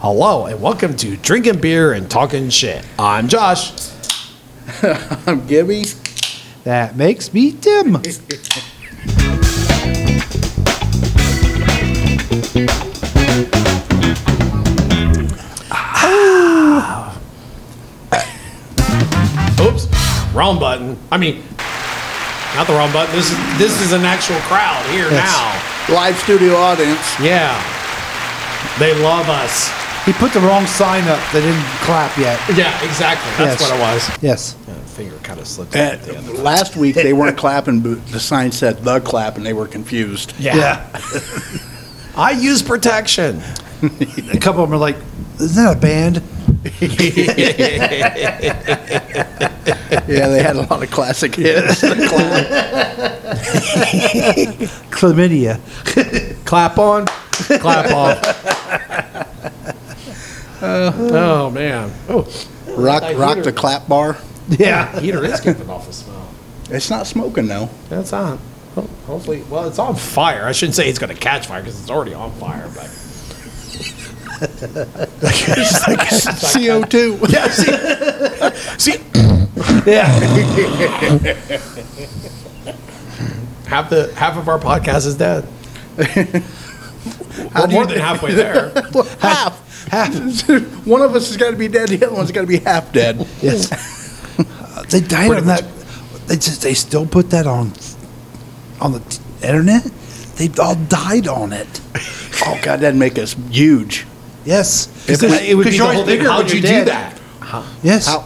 Hello and welcome to Drinking Beer and Talking Shit. I'm Josh. I'm Gibby. That makes me Tim. Oops, wrong button. I mean, not the wrong button. This is this is an actual crowd here now. Live studio audience. Yeah, they love us. He put the wrong sign up. They didn't clap yet. Yeah, exactly. That's Yes. what it was. Yes. Yeah, finger kind of slipped. Uh, out at the end. last week they weren't clapping, but the sign said the clap, and they were confused. Yeah. I use protection. A couple of them are like, "Isn't that a band?" Yeah, they had a lot of classic hits. The clap. Chlamydia. Clap on, clap off. oh man. Oh, rock, rock the clap bar. yeah. Heater is giving off a smell. It's not smoking though. That's on. Ho- Hopefully, well, it's on fire. I shouldn't say it's going to catch fire because it's already on fire. But CO two. yeah, see, see, Yeah. half the half of our podcast is dead. We're do you- more than halfway there. half. Half. One of us has got to be dead. The other one's got to be half dead. Yes. Uh, they died Pretty on much. that. They just they still put that on on the t- internet. They all died on it. Oh God, that'd make us huge. Yes. It, it would be 'Cause the yours whole thing. bigger How'd when you you're do dead. that? Yes. How-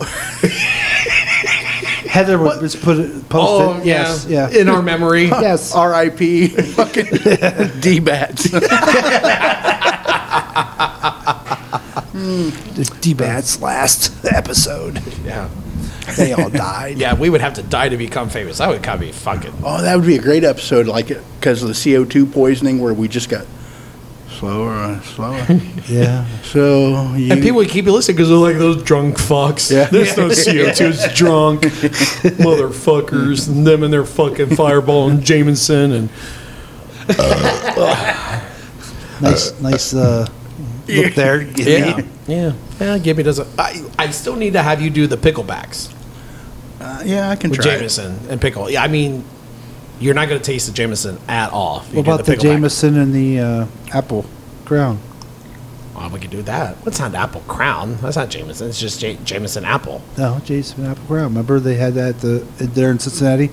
Heather would just put it post Oh, it. yes, Yes. Yeah. In our memory. yes. R.I.P. Fucking D bats. D Bats last episode. Yeah. They all died. Yeah, we would have to die to become famous. That would kind of be fucking. Oh, that would be a great episode, like because of the CO2 poisoning, where we just got slower and slower. Yeah. so you, And people would keep listening because they're like those drunk fucks. Yeah. There's no CO2. It's drunk motherfuckers. And them and their fucking fireball and Jameson and Nice. Nice. Uh, look there. yeah, yeah. Yeah, Gibby doesn't. I I still need to have you do the picklebacks uh, yeah, I can with try. it. Jameson and pickle. Yeah, I mean, you're not gonna taste the Jameson at all. if you What do about the pickleback. Jameson and the uh, apple ground? Oh, we could do that. What's not apple crown? That's not Jameson. It's just J- Jameson apple. No, Jameson and apple ground. Remember they had that at the, there in Cincinnati.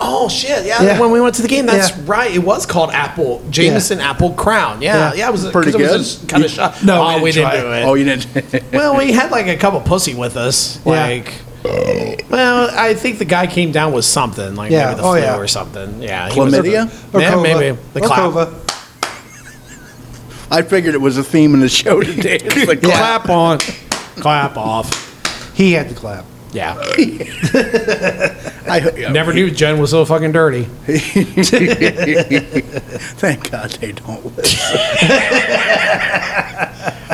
Oh shit! Yeah, Yeah. when we went to the game, that's Yeah. right. It was called Apple Jameson Apple Crown. Yeah, yeah, Yeah. it was Pretty 'cause It good? was just kind of shot. No, oh, we we didn't, do didn't try it. Oh, you didn't. Well, we had like a couple pussy with us. Yeah. Like, well, I think the guy came down with something, like Yeah, maybe the oh, flu yeah. or something. Yeah, he was- Chlamydia. Or yeah, Cova. maybe the Or clap. Cova. I figured it was a theme in the show today. It's like, clap. Clap on, clap off. He had the clap. Yeah, I, never knew Jen was so fucking dirty. Thank God they don't. Oh, listen.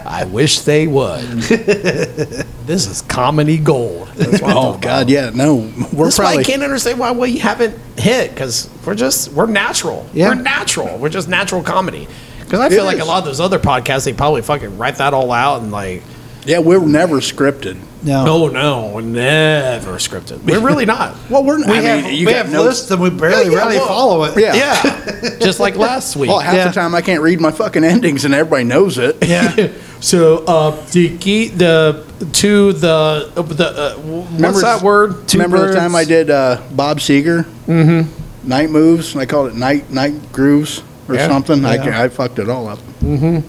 I wish they would. this is comedy gold. That's what I'm oh talking about. God, yeah, no, we're That's why I probably. can't understand why we haven't hit because we're just we're natural. Yeah. We're natural. We're just natural comedy. Because I feel like a is. lot of those other podcasts, they probably fucking write that all out and like, Yeah, we're never scripted. No. no, no, we're never scripted. We're really not. Well, we're. We I have, mean, you we got have no- lists and we barely, Yeah, yeah, really well, follow it. Yeah. Yeah, just like last week. Well, half Yeah. the time I can't read my fucking endings, and everybody knows it. Yeah. so uh, the key, the to the uh, the uh, what's Remember that word? Two remember birds? the time I did uh, Bob Seeger? Mm-hmm. Night moves, and I called it night night grooves or Yeah. something. I, Yeah. ca- I fucked it all up. Mm-hmm.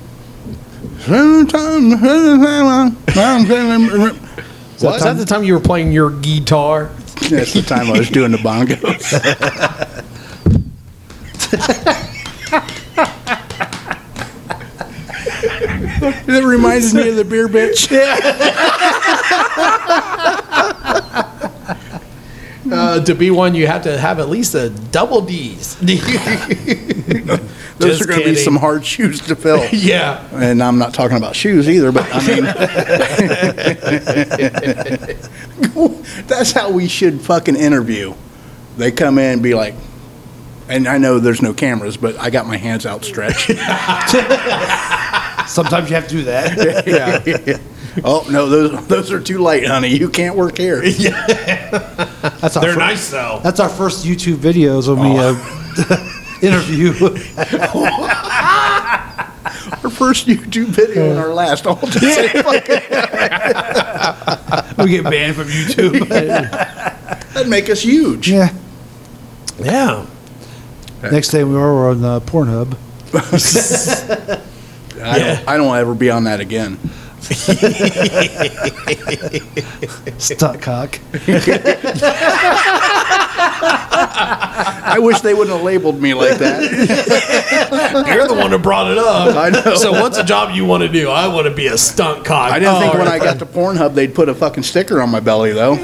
Was that the time you were playing your guitar? That's the time I was doing the bongos. That reminds me of the beer bitch. Uh, to be one, you have to have at least a double D's. Those Just are going to be kidding. some hard shoes to fill. yeah. And I'm not talking about shoes either, but I mean, that's how we should fucking interview. They come in and be like, and I know there's no cameras, but I got my hands outstretched. Sometimes you have to do that. Yeah. Oh, no, those, those are too late, honey. You can't work here. That's our They're fir- nice though. That's our first YouTube videos when we uh, interview. Our first YouTube video and our last all the same. we get banned from YouTube. That'd make us huge. yeah. Yeah. Next day we were, we're on uh, Pornhub. I, Yeah. don't, I don't ever be on that again. Stunt cock. I wish they wouldn't have labeled me like that. You're the one who brought it up. I know. So what's a job you want to do? I want to be a stunt cock. I didn't think Oh, when I got to Pornhub they'd put a fucking sticker on my belly, though.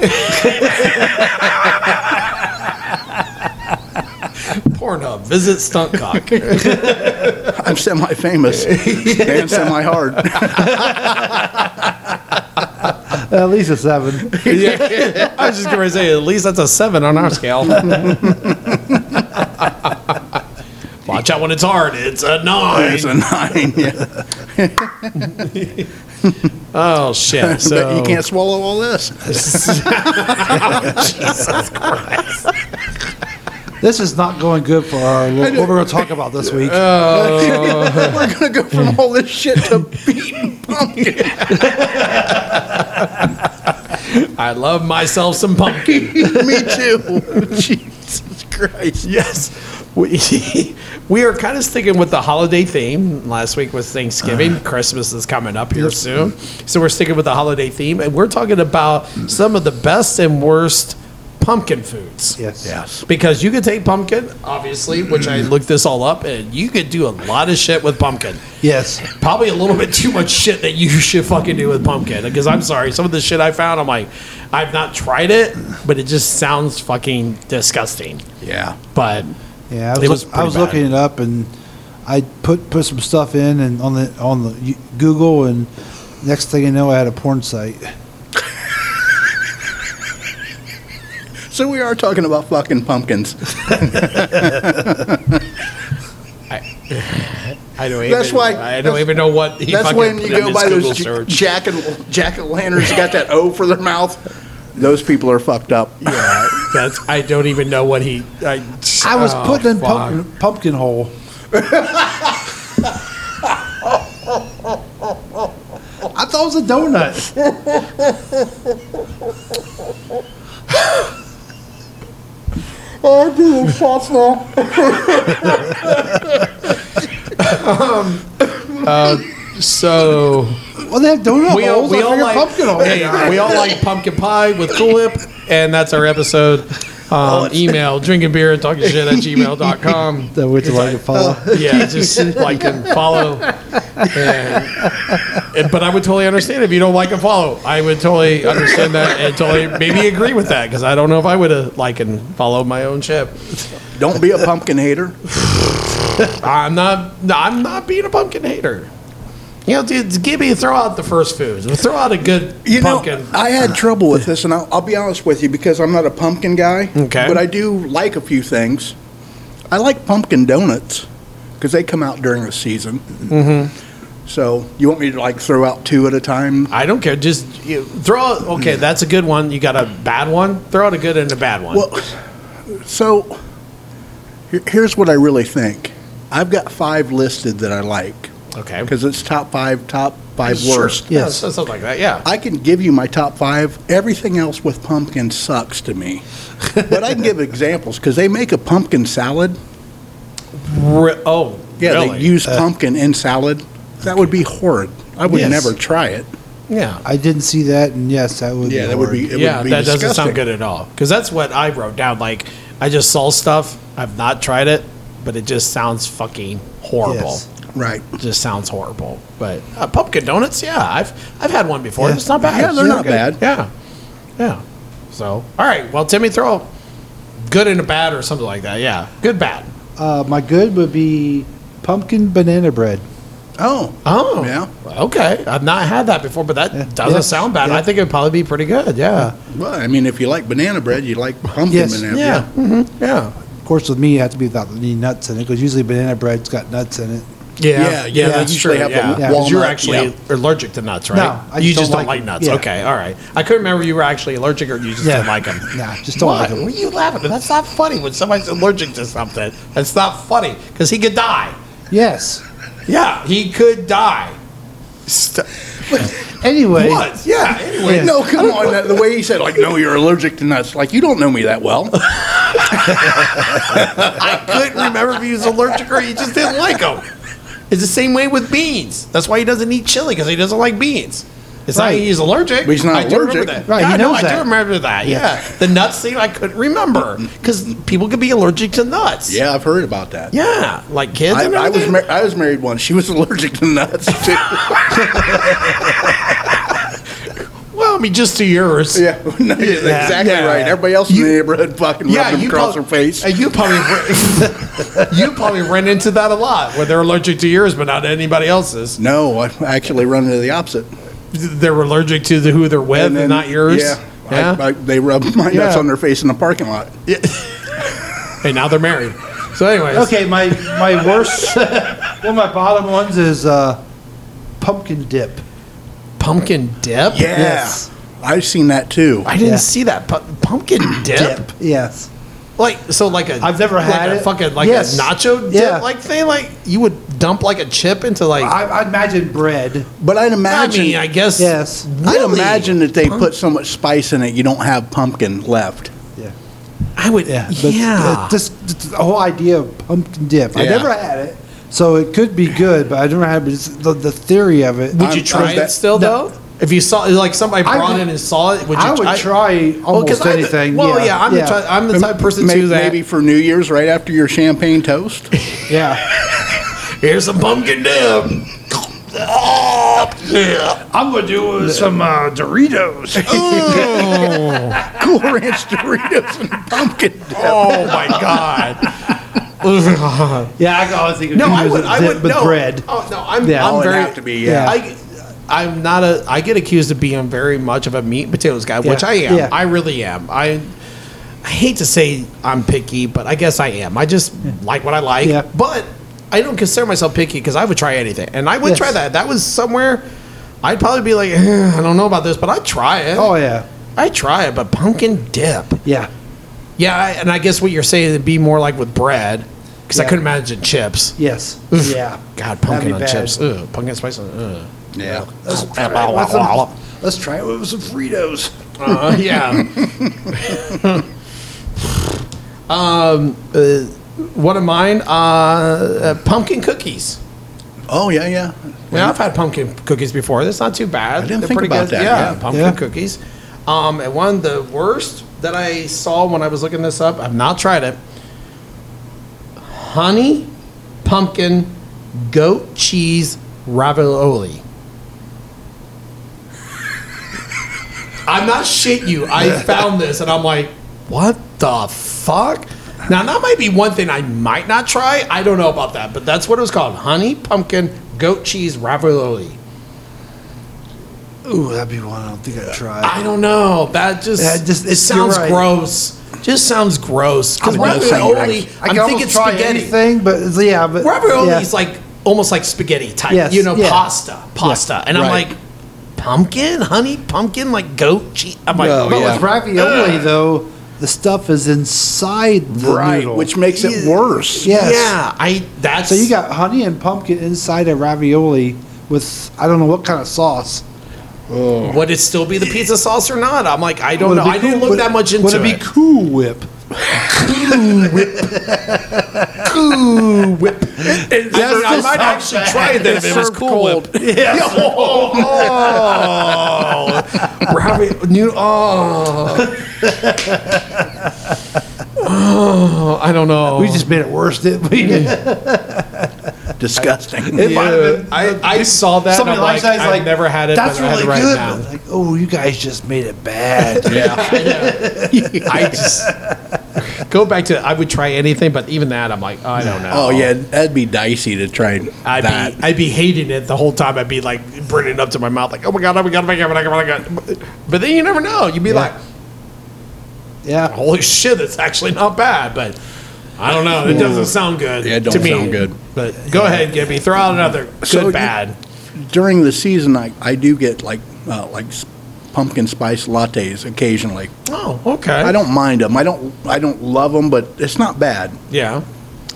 Pornhub. Visit stunt cock. I'm semi famous and semi hard. At least a seven. Yeah. I was just gonna say, at least that's a seven on our scale. Watch out when it's hard. It's a nine. It's a nine. Yeah. oh shit! But So you can't swallow all this. This is not going good for our. What we're going to talk about this week. We're going to go Hmm. from all this shit to beating pumpkin. I love myself some pumpkin. Me too. Jesus Christ. yes, we we are kind of sticking with the holiday theme. Last week was Thanksgiving. Christmas is coming up here soon, so we're sticking with the holiday theme, and we're talking about some of the best and worst pumpkin foods. yes. Yes. Because you could take pumpkin, obviously, which I looked this all up, and you could do a lot of shit with pumpkin. Yes. Probably a little bit too much shit that you should fucking do with pumpkin. Because I'm sorry, some of the shit I found, I'm like, I've not tried it, but it just sounds fucking disgusting. Yeah. But Yeah. I was, It was look- I was pretty bad. looking it up and I put put some stuff in and on the on the you- Google and next thing you know I had a porn site. So we are talking about fucking pumpkins. I don't That's even, why- I don't that's- even know what he That's fucking when put you in go his by Google those j- search. jack and jack o' lanterns got that O for their mouth. Those people are fucked up. yeah, that's I don't even know what he. I, I was oh, putting in fuck. pumpkin, pumpkin hole. I thought it was a donut. Oh, dude, shots now. So Well, they have donut we all, holes. we I all figured like pumpkin hole. hey, uh, we all like pumpkin pie with Coolip, and that's our episode. Um, email drinking beer and talking shit at gmail.com. That we to like to follow. Yeah, just like and follow. And, and- but I would totally understand if you don't like and follow. I would totally understand that and totally maybe agree with that because I don't know if I would have like and followed my own ship. Don't be a pumpkin hater. I'm not. no, I'm not being a pumpkin hater. You know, dude, give me throw out the first foods. Throw out a good You pumpkin. know, I had trouble with this, and I'll, I'll be honest with you because I'm not a pumpkin guy. Okay. But I do like a few things. I like pumpkin donuts because they come out during the season. Mm-hmm. So you want me to like throw out two at a time? I don't care. Just you, throw out. Okay, that's a good one. You got a bad one. Throw out a good and a bad one. Well, so here- here's what I really think. I've got five listed that I like okay. because it's top five, top five Sure. worst. Yeah, Yes. so- something like that. Yeah. I can give you my top five. Everything else with pumpkin sucks to me. but I can give examples because they make a pumpkin salad. Re- oh, Yeah, really? they use pumpkin in salad. That would be horrid. I would Yes. never try it. yeah. I didn't see that, and yes, that would. Yeah, be that would hard. be. It yeah, would be that disgusting. doesn't sound good at all. Because that's what I wrote down. Like, I just saw stuff. I've not tried it, but it just sounds fucking horrible. Yes. Right. Just sounds horrible. But uh, pumpkin donuts, yeah, I've I've had one before. Yeah. It's not bad. Yeah, they're It's not good. bad. Yeah, yeah. So, all right. Well, Timmy, throw good and a bad or something like that. Yeah, good, bad. Uh, my good would be pumpkin banana bread. Oh. Oh, Yeah. Okay, I've not had that before, but that Yeah. doesn't Yeah. sound bad. Yeah. I think it'd probably be pretty good. Yeah, Well, I mean, if you like banana bread, you like pumpkin Yes. banana yeah, bread. yeah. hmm yeah. Of course, with me, it had to be without any nuts in it because usually banana bread's got nuts in it. Yeah, Yeah, yeah, they usually have the yeah. walnut, 'Cause You're actually yeah. allergic to nuts, right? No, I you just just don't, don't like, like 'em. nuts. Yeah. Okay, all right. I couldn't remember you were actually allergic or you just Yeah. didn't like them. Nah, just don't like 'em. What are you laughing? at? That's not funny when somebody's allergic to something. That's not funny because he could die. Yes. Yeah, he could die. St- Anyway. what? Yeah. Anyway, Yeah. No, come on. that- The way he said, like, no, you're allergic to nuts. Like, you don't know me that well. I couldn't remember if he was allergic or he just didn't like them. It's the same way with beans. That's why he doesn't eat chili because he doesn't like beans. It's Right. not he's allergic. But he's not I do remember allergic. that. Right, Yeah, he I know, knows I that. do remember that. Yeah. Yeah. The nuts thing I couldn't remember because people could be allergic to nuts. Yeah, I've heard about that. Yeah. Like kids. I, and I was everything. mar- I was married once. She was allergic to nuts too. well, I mean, just to yours. yeah, no, you're Yeah, exactly yeah. right. Everybody else in the neighborhood fucking rubbed them across prob- her face. uh, You probably ran- you probably ran into that a lot where they're allergic to yours, but not anybody else's. No, I actually run into the opposite. They're allergic to the, who they're with and, then- not yours. Yeah, I- yeah. I- they rubbed my nuts Yeah. on their face in the parking lot. and now they're married. So, anyways, Okay, my my worst, one of my bottom ones is uh, pumpkin dip. pumpkin dip. Yeah, Yes. I've seen that too. I didn't Yeah. see that Pu- pumpkin dip. Yes. Like so, like a I've never like had a it. Fucking like Yes. a nacho dip Yeah. like thing. Like you would dump like a chip into like. I, I, I imagine bread. But I'd imagine. mean, I guess Yes. I'd really? imagine that they put so much spice in it, you don't have pumpkin left. Yeah. I would. Yeah. Yeah. But uh, this, the whole idea of pumpkin dip. I Yeah. never had it, so it could be good, but I never had it. But it's the, the theory of it. would I'm- you try I'm it that- still though? If you saw like somebody I brought would- in and saw it, would you? I would try Well, 'cause almost I'm the- anything. well, yeah, I'm yeah. the type, I'm the type of person May- to that. Maybe for New Year's, right after your champagne toast. yeah. Here's a pumpkin dip. Oh, yeah. I'm gonna do uh, some uh, Doritos. cool Ranch Doritos and pumpkin dip. oh my god. Yeah, I always think of No, I Doritos would. as I dip would with no. bread. Oh no, I'm. Yeah. I'm Oh, it'd very. have to be, yeah. I, I'm not a. I get accused of being very much of a meat and potatoes guy, which Yeah. I am. Yeah. I really am. I. I hate to say I'm picky, but I guess I am. I just like what I like, Yeah. but I don't consider myself picky because I would try anything, and I would Yes. try that. That was somewhere. I'd probably be like, "Eh, I don't know about this, but I'd try it. Oh yeah, I try it, but pumpkin dip. yeah, Yeah, I, and I guess what you're saying would be more like with bread, because I Yeah. couldn't imagine chips. yes, Oof. yeah. God, That'd pumpkin be on bad. chips. Ugh, pumpkin spice on. Ugh. Yeah. Let's, Uh, let's try it with some Fritos. Uh-huh, yeah. um, uh, one of mine, uh, uh, pumpkin cookies. Oh yeah, yeah. Yeah, I've had pumpkin cookies before. That's not too bad. I didn't think about that, Yeah, yeah. pumpkin Yeah. cookies. Um, and one of the worst that I saw when I was looking this up, I've not tried it. Honey pumpkin goat cheese ravioli. I'm not shit you. I found this and I'm like, what the fuck? Now that might be one thing I might not try. I don't know about that, but that's what it was called: honey pumpkin goat cheese ravioli. Ooh, that'd be one I don't think I'd try. I don't know. That just, Yeah, Uh, just- it it's- sounds you're right. gross. Just sounds gross. Because I was gonna ravioli, say, I I'm can thinking almost try spaghetti. anything, but it's- yeah, but Ravioli yeah. is like almost like spaghetti type. Yes, You know, yeah. pasta, pasta, and I'm right. like, pumpkin, honey, pumpkin, like goat cheese. I'm like, No, But yeah. with ravioli though, the stuff is inside the Right, noodle. which makes it Yeah. worse. yes. yeah, I that's So you got honey and pumpkin inside a ravioli with I don't know what kind of sauce. Would it still be the pizza sauce or not? I'm like, I don't Would know. it be Oh, I didn't Cool- look would- that much into Would it be Cool Whip? Cool Whip. It- I, mean, I just might so actually try it then if it was served Cool Whip. Yeah. Oh, oh. Ravi- new. Oh. oh, I don't know. We just made it worse, didn't we? Disgusting. Yeah. I, I saw that. and Somebody I'm like like, that is I've like, never had it. That's but I had really to write it good. down. but Like, oh, you guys just made it bad. yeah. I just go back to I would try anything, but even that I'm like, I don't know. Oh yeah, that'd be dicey to try I'd that. be I'd be hating it the whole time. I'd be like burning it up to my mouth, like, oh my god, oh my god, oh my god, oh my god, oh my god. But then you never know. You'd be like, yeah. holy shit, it's actually not bad. But I don't know. It doesn't sound good. Yeah, it don't to me. sound good. But go ahead, Gibby. Throw out another good, So you- bad. During the season, I, I do get like, uh, like s- pumpkin spice lattes occasionally. Oh, okay. I don't mind them. I don't, I don't love them, but it's not bad. Yeah.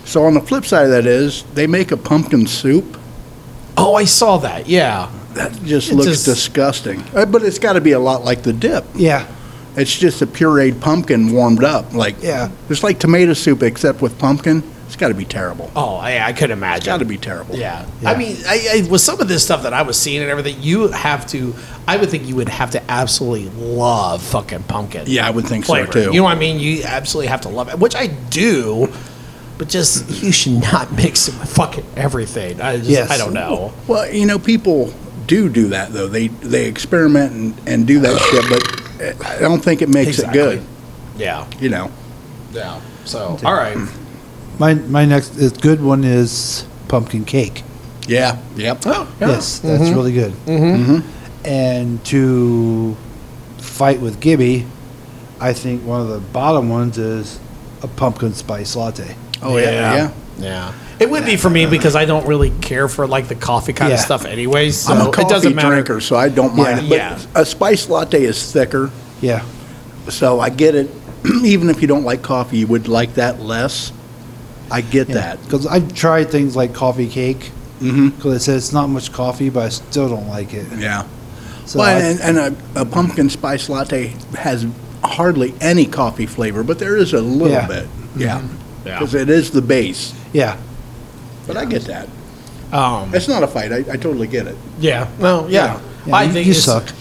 So on the flip side of that is they make a pumpkin soup. Oh, I saw that. Yeah. That just It looks just- disgusting. Uh, But it's got to be a lot like the dip. Yeah. It's just a pureed pumpkin warmed up, like Yeah. It's like tomato soup except with pumpkin. It's got to be terrible. Oh, I, I could imagine. It's got to be terrible. Yeah. I mean, I, I, with some of this stuff that I was seeing and everything, you have to, I would think you would have to absolutely love fucking pumpkin. Yeah, I would think so, flavor. too. You know what I mean? You absolutely have to love it, which I do, but just, you should not mix it with fucking everything. I just, Yes. I don't know. Well, you know, people do do that though. They they experiment and, and do that shit, but I don't think it makes Exactly. it good. Yeah. You know, Yeah. So, all right. My my next is good one is pumpkin cake. yeah, yep. Oh, yeah. Yes, that's really good. Mm-hmm. And to fight with Gibby, I think one of the bottom ones is a pumpkin spice latte. Oh yeah, yeah. Yeah. It would be for me because I don't really care for like the coffee kind of Yeah. stuff anyway. So I'm a coffee it doesn't matter. drinker, so I don't mind it. But Yeah. a spice latte is thicker, Yeah, so I get it. Even if you don't like coffee, you would like that less. I get that. because I've tried things like coffee cake. Mm-hmm. Because it said it's not much coffee, but I still don't like it. Yeah. So Well, I- and, and a, a pumpkin spice latte has hardly any coffee flavor, but there is a little Yeah. bit. Yeah. Yeah. Because it is the base. mm-hmm. yeah, But I get that. Um, It's not a fight. I, I totally get it. yeah. Well, yeah. yeah, I you, think you it's- suck.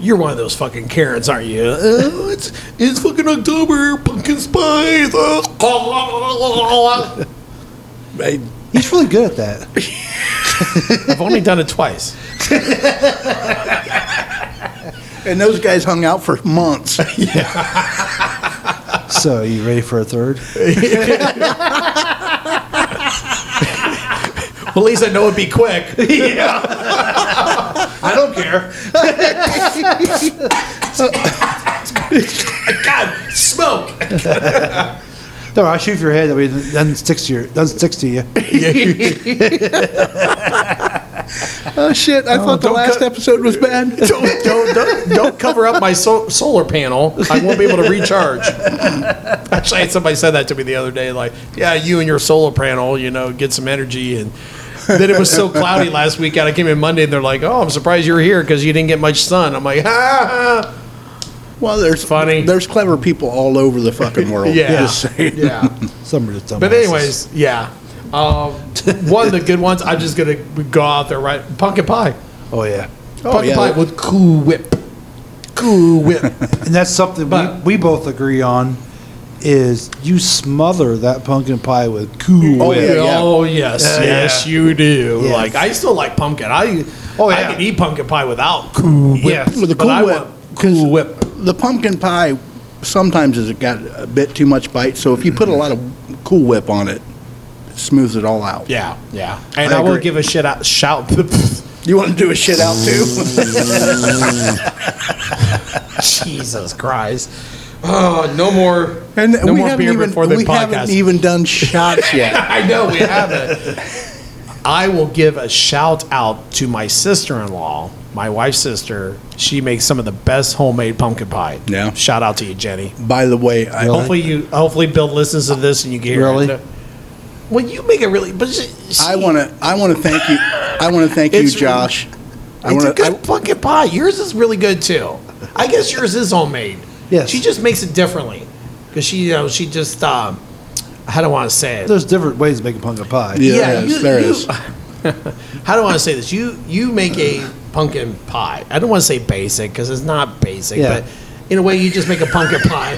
You're one of those fucking Karens, aren't you? Oh, it's it's fucking October, pumpkin spice. Oh. uh, I- He's really good at that. I've only done it twice. and those guys hung out for months. so, you ready for a third? Well, at least I know it'd be quick. yeah. I don't care. God, smoke. No, I'll shoot your head. That way, it doesn't stick to your doesn't stick to you. oh, shit. I thought the last episode was bad. Don't, don't, don't, don't cover up my so- solar panel. I won't be able to recharge. Actually, I had somebody said that to me the other day. Like, yeah, you and your solar panel, you know, get some energy. And then it was so cloudy last weekend. I came in Monday and they're like, oh, I'm surprised you're here because you didn't get much sun. I'm like, ha ha. Well, there's Funny. There's clever people all over the fucking world. Yeah. Just saying. Yeah. Some are just dumb. But anyways, yeah. Um, one of the good ones. I'm just gonna go out there right. Pumpkin pie. oh yeah, pumpkin yeah. pie with Cool Whip. Cool Whip. and that's something But- we, we both agree on is you smother that pumpkin pie with cool. Oh, Whip. yeah, yeah. Oh yes, Yeah. yes you do. Yes. Like I still like pumpkin. I Oh, I yeah. can eat pumpkin pie without Cool Whip. Yes. With the but Cool I Whip, want Cool Whip. The pumpkin pie sometimes has got a bit too much bite. So if you put a lot of Cool Whip on it, it smooths it all out. Yeah, yeah. And I I, will agree. give a shit out shout. You want to do a shit out too? Jesus Christ. Oh, no more. And no we more haven't beer even before the we podcast. haven't even done shots yet. I know we haven't. I will give a shout out to my sister-in-law, my wife's sister. She makes some of the best homemade pumpkin pie. Yeah. Shout out to you, Jenny. By the way, I, Hopefully you, hopefully Bill listens to this and you can hear Really? it. Well, you make it really, but she, she, I want to I want to thank you. I want to thank you, It's- Josh. I It's a want good to. pumpkin pie. Yours is really good too. I guess yours is homemade. Yes. She just makes it differently because she, you know, she just. Um, I don't want to say it. There's different ways of making pumpkin pie. Yeah, there is, you- there you- is. how do I want to say this? You you make a pumpkin pie. I don't want to say basic because it's not basic, Yeah. but in a way, you just make a pumpkin pie.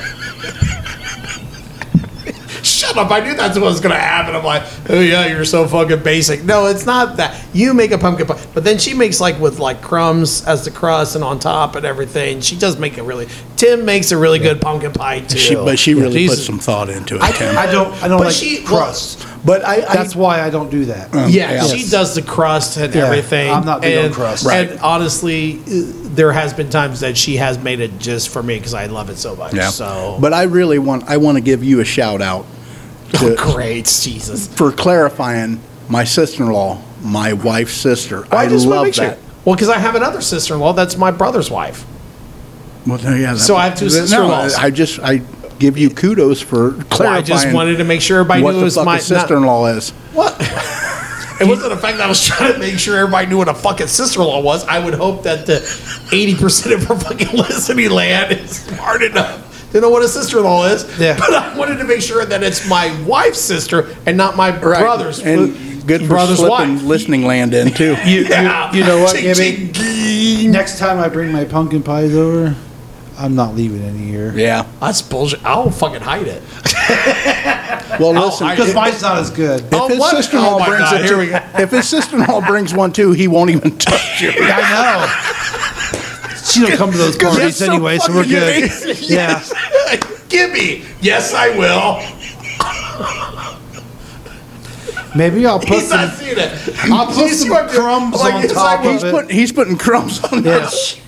Shut up. I knew that's what was going to happen. I'm like, oh yeah, you're so fucking basic. No, it's not that. You make a pumpkin pie, but then she makes like with like crumbs as the crust and on top and everything. She does make a really. Tim makes a really good pumpkin pie too. She, but she really She's- put some thought into it, Tim. I don't. I don't But like she- crust. but I, I That's why I don't do that. Yeah, Yeah. she does the crust and Yeah, everything. I'm not big on and, crust. Right. And honestly, uh, there has been times that she has made it just for me because I love it so much. yeah. So, But I really want I want to give you a shout out to, great, Jesus. for clarifying my sister-in-law, my wife's sister. I, wanna love make sure. that. Well, because I have another sister-in-law that's my brother's wife. Well, there- yeah, that- So I have two no, sister-in-laws. I just I give you kudos for clarifying. Well, I just wanted to make sure everybody what knew the it was fuck my a not- sister-in-law is. What? it wasn't the fact that I was trying to make sure everybody knew what a fucking sister-in-law was. I would hope that the eighty percent of our fucking listening land is smart enough to know what a sister-in-law is. Yeah. But I wanted to make sure that it's my wife's sister and not my brother's and good for brother's slipping wife. listening land in too. You, Yeah. you, you know what, Ching, ching, Gibby? ging. Next time I bring my pumpkin pies over, I'm not leaving any here. yeah. That's bullshit. I'll fucking hide it. Well, listen. Oh, I- Because mine's not as good. if Oh, his what? sister-in-law Oh, my brings God, it, here we go. if his sister-in-law brings one too, he won't even touch you. I know. She don't come to those That's parties so anyway, so we're fucking good. amazing. Yeah. Yes. Gibby. Yes, I will. Maybe I'll put He's not some. seeing it. I'll put He's some fucking- crumbs like, on it's top like- He's of it. putting he's putting crumbs on Yeah. this.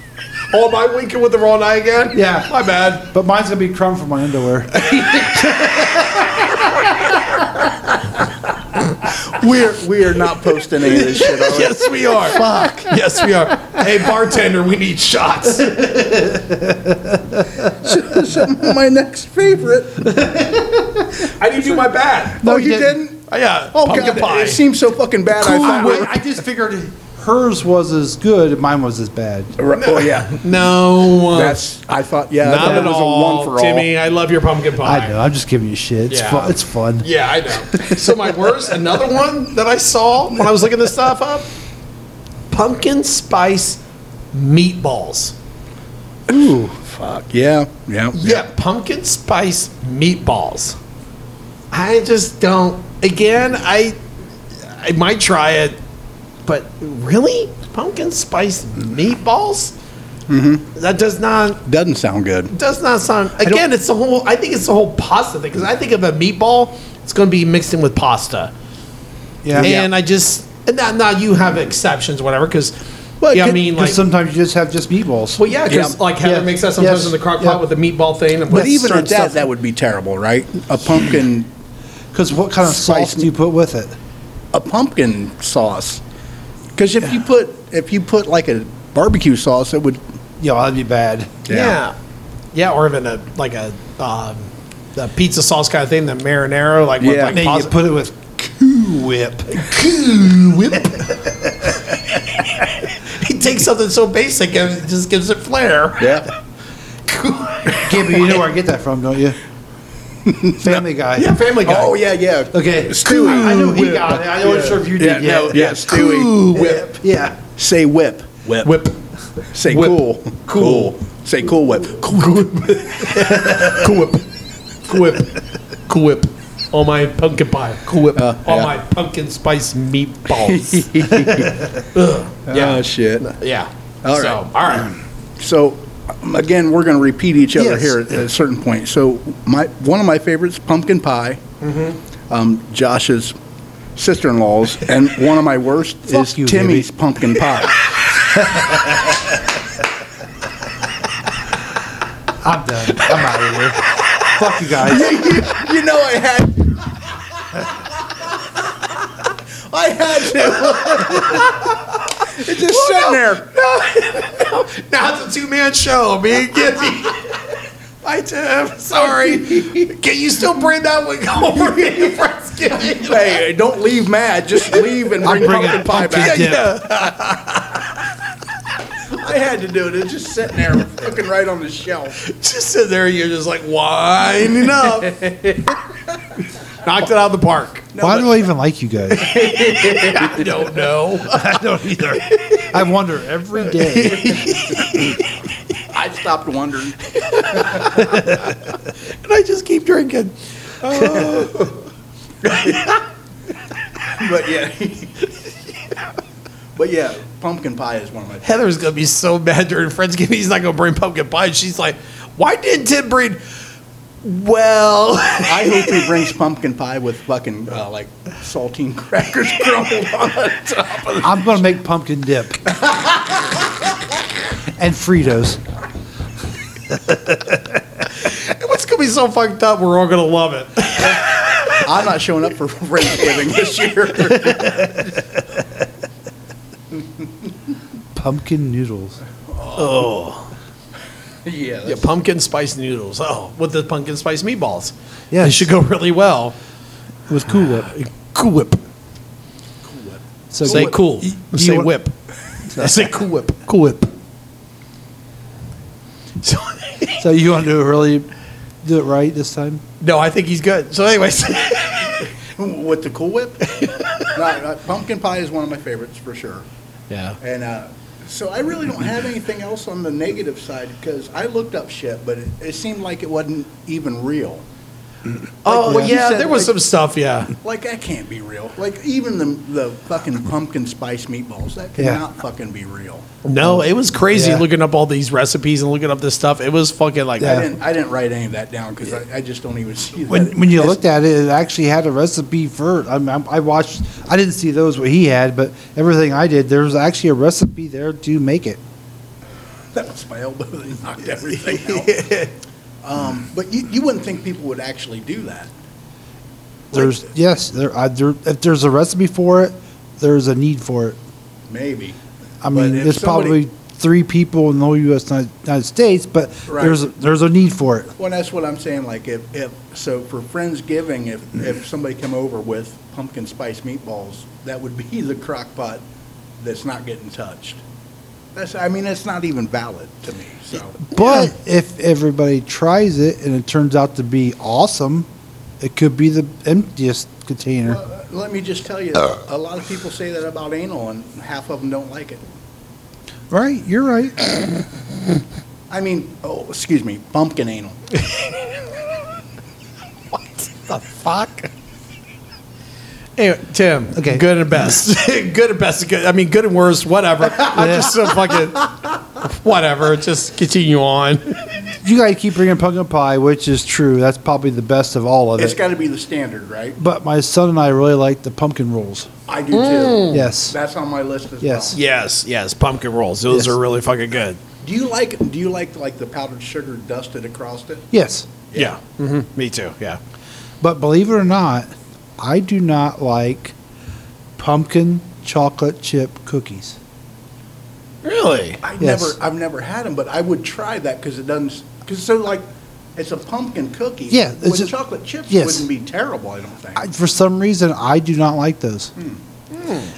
Oh, am I winking with the wrong eye again? Yeah. My bad. But mine's gonna be crumb for my underwear. We're we are not posting any of this shit. Are we? Yes, we are. Fuck. Yes, we are. Hey, bartender, we need shots. My next favorite. I didn't do my bad. oh, you you didn't. didn't? Oh, yeah. Oh pumpkin god, it- pie. it seems so fucking bad. I thought. we I, I just figured hers was as good, and mine was as bad. were- oh yeah, no. uh, that's. I thought yeah, not that at was a one all. for Timmy, I love your pumpkin pie. I know. I'm just giving you shit. It's Yeah. fun. It's fun. Yeah, I know. So my worst, another one that I saw when I was looking this stuff up, pumpkin spice meatballs. Ooh. all. Yeah, yeah, Yeah, pumpkin spice meatballs. I just don't. Again, I I might try it, but really, pumpkin spice meatballs. That does not Doesn't sound good. does not sound. Again, it's the whole. I think it's the whole pasta thing because I think of a meatball, it's going to be mixed in with pasta, Yeah. and I just and now, now you have exceptions, whatever. Because Well, it yeah, I could- mean, Because like sometimes you just have just meatballs. well, yeah, because Yeah. like Heather Yeah. makes that sometimes Yes. in the crock pot Yeah. with the meatball thing. And But even certain at that, stuff. that would be terrible, right? A pumpkin, Because what kind of sauce Spice- do you put with it? a pumpkin sauce. Because if you put if you put like a barbecue sauce, it would. Yo, that'd be bad. Yeah. yeah, or even a like a um, the pizza sauce kind of thing, the marinara, like Yeah. with like Then you pasta. put it with Coo Whip. he takes something so basic and just gives it flair. Yeah. Gibby, you know where I get that from, don't you? Family Guy. Yeah, Family Guy. Oh yeah, yeah. Okay. Stewie. I know he got it. I wasn't sure if you Yeah, did. no, yet. yeah, Stewie. whip, Yeah. Say whip. Whip. whip. Say Whip. cool. Cool. Say cool whip. Cool whip. Quip. Quip. Quip. On my pumpkin pie. Quip. On yeah. my pumpkin spice meatballs. Ugh. Yeah. Oh shit. yeah. All So, right. all right. So, um, again, we're going to repeat each other Yes. here at a certain point. So, my one of my favorites, pumpkin pie. Mm-hmm. Um, Josh's sister-in-law's, and one of my worst Fuck is you, Timmy's pumpkin pie. I'm done. I'm out of here. Fuck you guys. you, you know, I had. I had to. it's just sitting there. Now it's a two man show. Me and Gibby. Hi, Tim. Sorry. Can you still bring that one over here for Thanksgiving? Hey, don't leave mad. Just leave and bring bringing pumpkin pie pumpkin back. dip. I had to do it. It's just sitting there, fucking right on the shelf. Just sit there. You're just like winding up. Knocked it out of the park. Why do I even like you guys? I don't know. I don't either. I wonder every day. I stopped wondering. and I just keep drinking. Uh. But yeah. But yeah, pumpkin pie is one of my. Heather's gonna be so mad during Friendsgiving. He's not gonna bring pumpkin pie. And she's like, "Why didn't Tim bring?" Well, I hope he brings pumpkin pie with fucking uh, like saltine crackers crumbled on it. I'm gonna make pumpkin dip and Fritos. what's gonna be so fucked up? We're all gonna love it. I'm not showing up for Thanksgiving this year. Pumpkin noodles. yeah. Yeah, pumpkin spice noodles. Oh, with the pumpkin spice meatballs. Yeah, they Yes. should go really well. with Cool Whip. Cool whip. So Say cool. Y- do Say you wa- whip. Say cool whip. Cool Whip. So, So you want to really do it right this time? no, I think he's good. So, anyways, With the Cool Whip? No, no, pumpkin pie is one of my favorites for sure. yeah. And uh, so I really don't have anything else on the negative side because I looked up shit, but it, it seemed like it wasn't even real. Oh what you yeah, said, there was like- some stuff. Yeah, Like that can't be real. Like even the the fucking pumpkin spice meatballs that Yeah. cannot fucking be real. no, it was crazy Yeah. looking up all these recipes and looking up this stuff. It was fucking like I Yeah. didn't I didn't write any of that down because I, I just don't even see that. When, when you It's- looked at it, it actually had a recipe for it. I, mean, I watched, I didn't see those what he had, but everything I did, there was actually a recipe there to make it. that was my elbow that knocked everything out. um, but you, you wouldn't think people would actually do that. There's, yes, there, I, there, if there's a recipe for it, there's a need for it. Maybe. I But mean, if there's somebody- probably three people in the whole U.S. Uni- United States, but Right. there's there's a need for it. Well, that's what I'm saying, like, if, if, so for Friendsgiving, if, Mm-hmm. if somebody come over with pumpkin spice meatballs, that would be the crock pot that's not getting touched. That's, I mean, that's not even valid to me, so. But if everybody tries it and it turns out to be awesome, it could be the emptiest container. Uh, Let me just tell you, Uh. a lot of people say that about anal, and half of them don't like it. right? You're right. I mean, oh, excuse me, pumpkin anal. the fuck? Anyway, Tim. Okay. Good and best. good and best. Good. I mean, good and worse. Whatever. I'm just so fucking. Whatever. Just continue on. You guys keep bringing pumpkin pie, which is true. That's probably the best of all of It's it. gotta be the standard, right? but my son and I really like the pumpkin rolls. I do too. Yes. That's on my list as well. Mm. Yes. Yes. Yes. Pumpkin rolls. Those Yes. are really fucking good. Do you like, do you like, like, the powdered sugar dusted across it? Yes. Yeah. Mm-hmm. Me too. Yeah. But believe it or not, I do not like pumpkin chocolate chip cookies. Really? I Yes. never, I've never had them, but I would try that because it doesn't, because so like, it's a pumpkin cookie. Yeah, it's With a- chocolate chips yes. wouldn't be terrible, I don't think. I, for some reason, I do not like those. Hmm.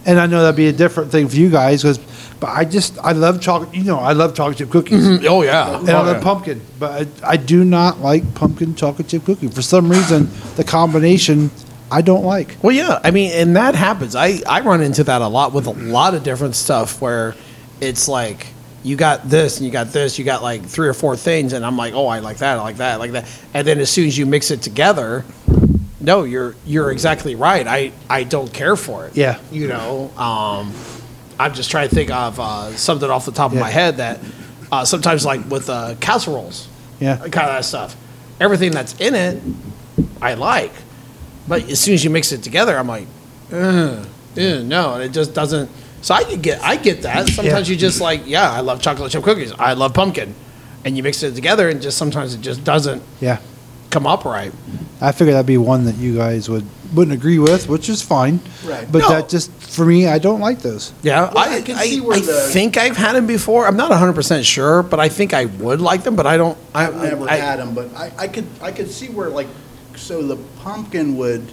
And I know that'd be a different thing for you guys, 'cause- but I just I love chocolate. You know, I love chocolate chip cookies, Oh yeah. and I love pumpkin, but I, I do not like pumpkin chocolate chip cookie. For some reason, the combination I don't like. Well, yeah, I mean, and that happens. I I run into that a lot with a lot of different stuff where it's like you got this and you got this, you got like three or four things, and I'm like, oh, I like that, I like that, I like that, and then as soon as you mix it together, no, you're you're exactly right. I I don't care for it. Yeah. you know, um, I'm just trying to think of uh, something off the top of my Yeah. head that uh, sometimes like with uh, casseroles, Yeah. kind of that stuff. Everything that's in it, I like. But as soon as you mix it together, I'm like, Ugh, ew, no, it just doesn't. So I could get, I get that. Sometimes you just like, yeah, I love chocolate chip cookies. I love pumpkin, and you mix it together, and just sometimes it just doesn't Yeah, come up right. I figured that'd be one that you guys would wouldn't agree with, which is fine. Right. But No. that just for me, I don't like those. Yeah, Well, I can see where I the- think I've had them before. I'm not 100 percent sure, but I think I would like them. But I don't. I, I've never I- had them, but I, I could, I could see where like, so the pumpkin would,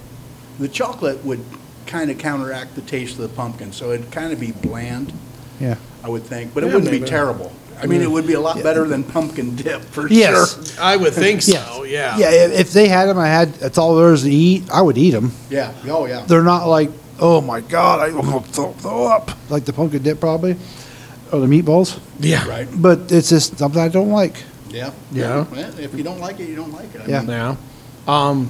the chocolate would kind of counteract the taste of the pumpkin, so it'd kind of be bland, Yeah. I would think, but it Yeah, wouldn't be maybe. terrible. I mean, it would be a lot better than pumpkin dip for sure. Yes. I would think Yes. so. Oh, Yeah. Yeah. If, if they had them, I had. That's all there is to eat. I would eat them. Yeah, oh, yeah. they're not like, oh my god, I'm gonna throw, throw up like the pumpkin dip probably, or the meatballs. Yeah. Right, But it's just something I don't like. yeah. Yeah. Well, If you don't like it, you don't like it. I Yeah. mean, Yeah. Um,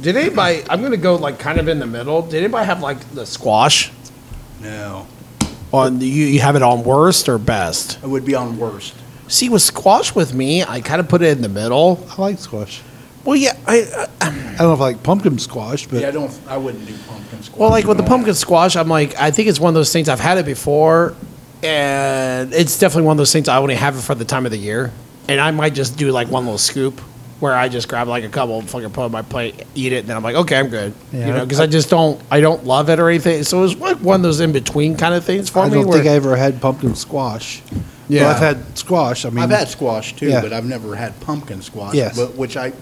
Did anybody? I'm gonna go like kind of in the middle. Did anybody have like the squash No, on you? You have it on worst or best? it would be on worst. See, with squash with me, I kind of put it in the middle. I like squash. Well, yeah, I, I I don't know if I like pumpkin squash, but Yeah, I don't, I wouldn't do pumpkin squash. well, like with the No. pumpkin squash, I'm like, I think it's one of those things. I've had it before, and it's definitely one of those things I only have it for the time of the year, and I might just do like one little scoop. Where I just grab like a couple, fucking put it on my plate, eat it, and then I'm like, okay, I'm good, you Yeah, know, I- because I, just don't, I don't love it or anything. So it was like one of those in between kind of things for I me. don't where- think I ever had pumpkin squash. Yeah, Yeah. I've had squash. I mean, I've had squash too, Yeah. but I've never had pumpkin squash. Yes. But which I,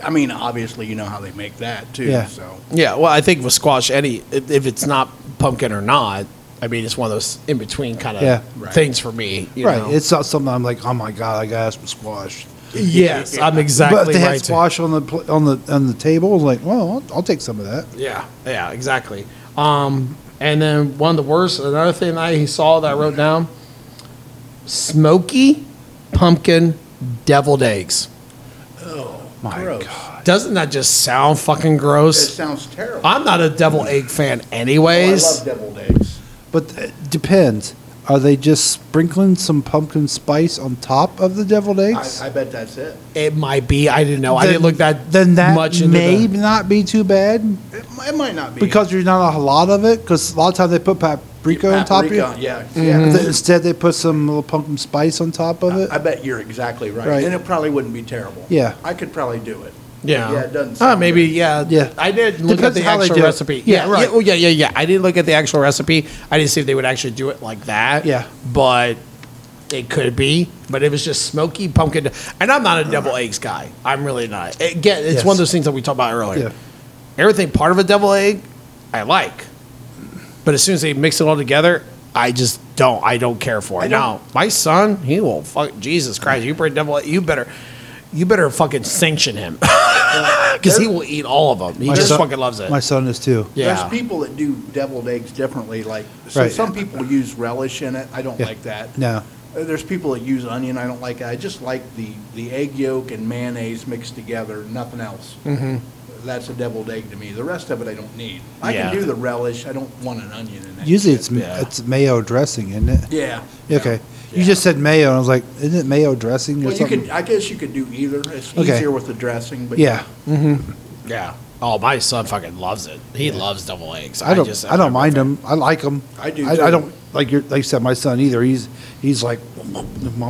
I mean, obviously you know how they make that too. Yeah. So Yeah, well, I think with squash, any if if it's not pumpkin or not, I mean, it's one of those in between kind of Yeah. Right. things for me. You right. know? It's not something I'm like, oh my god, I gotta have some squash. yes, I'm exactly but if they right. had squash on the pl- on the on the table. I was like, well, I'll, I'll take some of that. Yeah, yeah, exactly. Um, and then one of the worst, another thing I saw that I wrote down: smoky pumpkin deviled eggs. My gross. god, Doesn't that just sound fucking It gross? sounds terrible. I'm not a devil egg fan, Oh, I anyways. love deviled eggs. but it depends. Are they just sprinkling some pumpkin spice on top of the deviled eggs? I, I bet that's it. it might be. I didn't know. Oh, I didn't look that then that much into the- may not be too bad It, mi- it might not be because there's not a lot of it. Because a lot of times they put paprika on top of Mm-hmm. it. Paprika, Yeah, Mm-hmm. yeah. But Instead, they put some little pumpkin spice on top of it. I bet you're exactly right. Right. And it probably wouldn't be terrible. Yeah. I could probably do it. Yeah. Yeah, it doesn't Ah, sound maybe. good. Yeah. Yeah. I did look Depends at the how they actual do it. recipe. Yeah, right. Yeah, oh, yeah. Yeah. Yeah. I didn't look at the actual recipe. I didn't see if they would actually do it like that. Yeah. But it could be. But it was just smoky pumpkin. And I'm not a devil eggs guy. I'm really not. Again, it's Yes. one of those things that we talked about earlier. Yeah. Everything part of a devil egg, I like. But as soon as they mix it all together, I just don't. I don't care for it. Now, my son, he will fuck Jesus Christ. You bring devil, you better, you better fucking sanction him because he will eat all of them. He My just son- fucking loves it. My son is too. yeah, There's people that do deviled eggs differently, like, so Right. some people use relish in it. I don't Yeah. like that. No. Uh, There's people that use onion. I don't like it. I just like the, the egg yolk and mayonnaise mixed together, nothing else. Mm-hmm. That's a deviled egg to me. The rest of it I don't need. I Yeah. can do the relish. I don't want an onion in it. Usually it's Yeah. it's mayo dressing, isn't it? Yeah. Okay. You Yeah. just said mayo, and I was like, isn't it mayo dressing or Well, you something? could, I guess you could do either. It's Okay. easier with the dressing, but. yeah. yeah. Oh, my son fucking loves it. He loves double eggs. I don't. I, just, don't mind them. I like them. I do, I, too. don't like your like you said my son either. He's he's like mom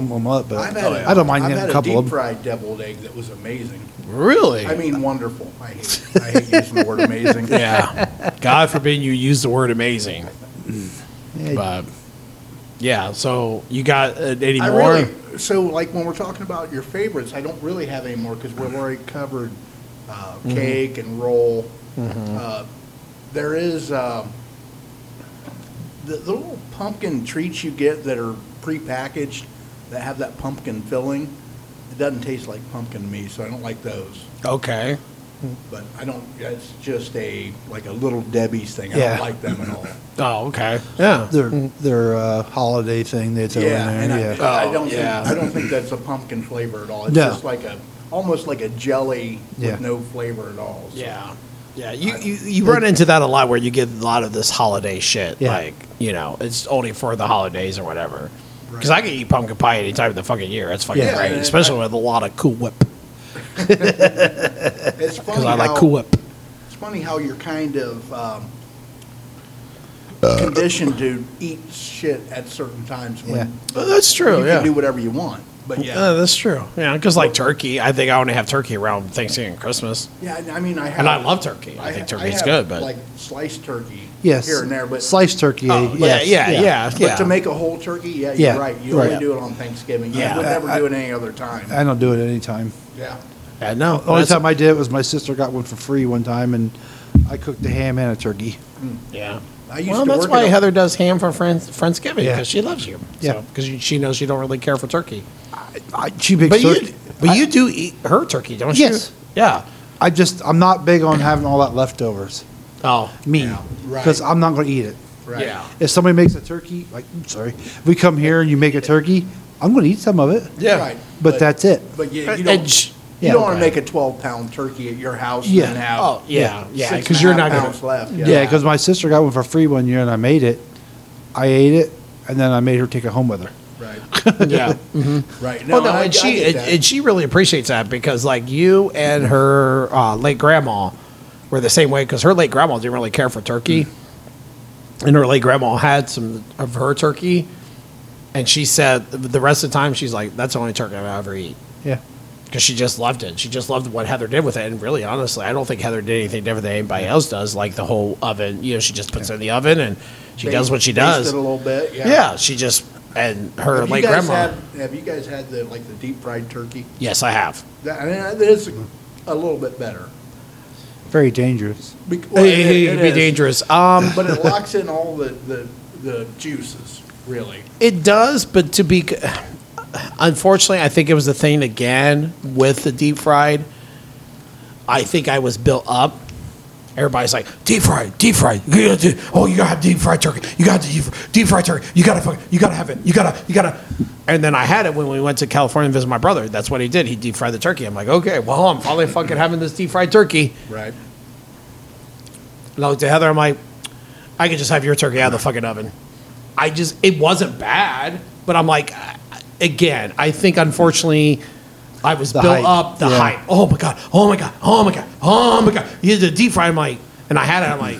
them up, but I've I had a- Oh, I don't mind I've getting had a couple deep of them. fried deviled egg that was amazing. Really? I mean, wonderful. I hate, I hate using the word amazing. yeah. God forbid you use the word amazing, Yeah, but yeah. So you got uh, any I more? really, so like when we're talking about your favorites, I don't really have any more because we've already covered uh, Mm-hmm. cake and roll. Uh, There is, um, the the little pumpkin treats you get that are prepackaged that have that pumpkin filling, it doesn't taste like pumpkin to me, so I don't like those. Okay. But I don't, it's just a, like a little Debbie's thing. I Yeah. don't like them at all. Oh, okay. Yeah. Their their uh, holiday thing they throw Yeah, in and there. yeah. I, I Oh, don't, think- yeah. I don't think that's a pumpkin flavor at all. It's No. just like a, almost like a jelly Yeah. with no flavor at all. so. Yeah. Yeah. You, you, you run into that a lot where you get a lot of this holiday shit. Yeah. Like, you know, it's only for the holidays or whatever. Because I can eat pumpkin pie any time of the fucking year. That's fucking Yeah. great. Yeah. Especially with a lot of Cool Whip. It's funny Because I like how- Cool Whip. It's funny how you're kind of um, conditioned to eat shit at certain times Yeah. when. Oh, that's true, You yeah. can do whatever you want, but Uh, yeah. that's true. Yeah. Because, like, turkey, I think I only have turkey around Thanksgiving and Christmas. Yeah, I mean, I have. And I love turkey. I think turkey's have, good, but- Like sliced turkey Yes. here and there, but. sliced turkey. Oh, yeah, yes, yeah, yeah. Yeah. But to make a whole turkey, yeah, you're Yeah, right. You only right. do it on Thanksgiving. Yeah. I would never I- do it any other time. I don't do it anytime. Yeah. yeah, no. The only that's- time I did it was my sister got one for free one time, and I cooked a ham and a turkey. Yeah. I used Well, to that's work why at a- Heather does ham for friends, Friendsgiving because she Yeah. loves you. Yeah. Because she knows you don't really care for turkey. I, she makes But, turkey. you, but you do eat her turkey, don't Yes. you? Yeah. I just I'm not big on having all that leftovers. Oh. Me, Yeah, right. because I'm not going to eat it. Right. Yeah. If somebody makes a turkey, like I'm sorry, if we come here and you make a turkey, I'm going to eat some of it. Yeah. Right. But that's it. But yeah, you And don't. sh- You Yeah. don't want to make a 12-pound turkey at your house and Yeah. then have. Oh, yeah, yeah, six 'cause and a you're half not gonna- pounds left. Yeah, because my sister got one for free one year and I made it. I ate it and then I made her take it home with her. Right, yeah. right. Well, no, I- I and she get and, that. and she really appreciates that because like you and her uh, late grandma were the same way because her late grandma didn't really care for turkey, Mm. and her late grandma had some of her turkey, and she said the rest of the time she's like, "That's the only turkey I ever eat." Yeah. Because she just loved it. She just loved what Heather did with it. And really, honestly, I don't think Heather did anything different than anybody else does. Like the whole oven, you know, she just puts it in the oven and she does what she Baste- baste does. it a little bit, yeah. Yeah, she just and her Have you late guys grandma. had- Have you guys had the, like, the deep fried turkey? yes, I have. That, I mean, that is a little bit better. Very dangerous. Be- well, Hey, it- hey, it it'd be is, dangerous. Um, But it locks in all the, the, the juices, really. it does, but to be, c- unfortunately, I think it was the thing again with the deep fried. I think I was built up. Everybody's like deep fried, deep fried. You gotta do- oh, you gotta have deep fried turkey. You gotta deep, deep fried turkey. You gotta fuck. You gotta have it. You gotta. You gotta. And then I had it when we went to California to visit my brother. That's what he did. He deep fried the turkey. I'm like, okay, well, I'm finally fucking having this deep fried turkey. Right. And I looked at Heather. I'm like, I could just have your turkey out of the fucking oven. I just, it wasn't bad, but I'm like, I- again, I think unfortunately, I was The built hype, up the yeah. hype. Oh my god! Oh my god! Oh my god! Oh my god! You did the deep fry. I'm like, and I had it. I'm like,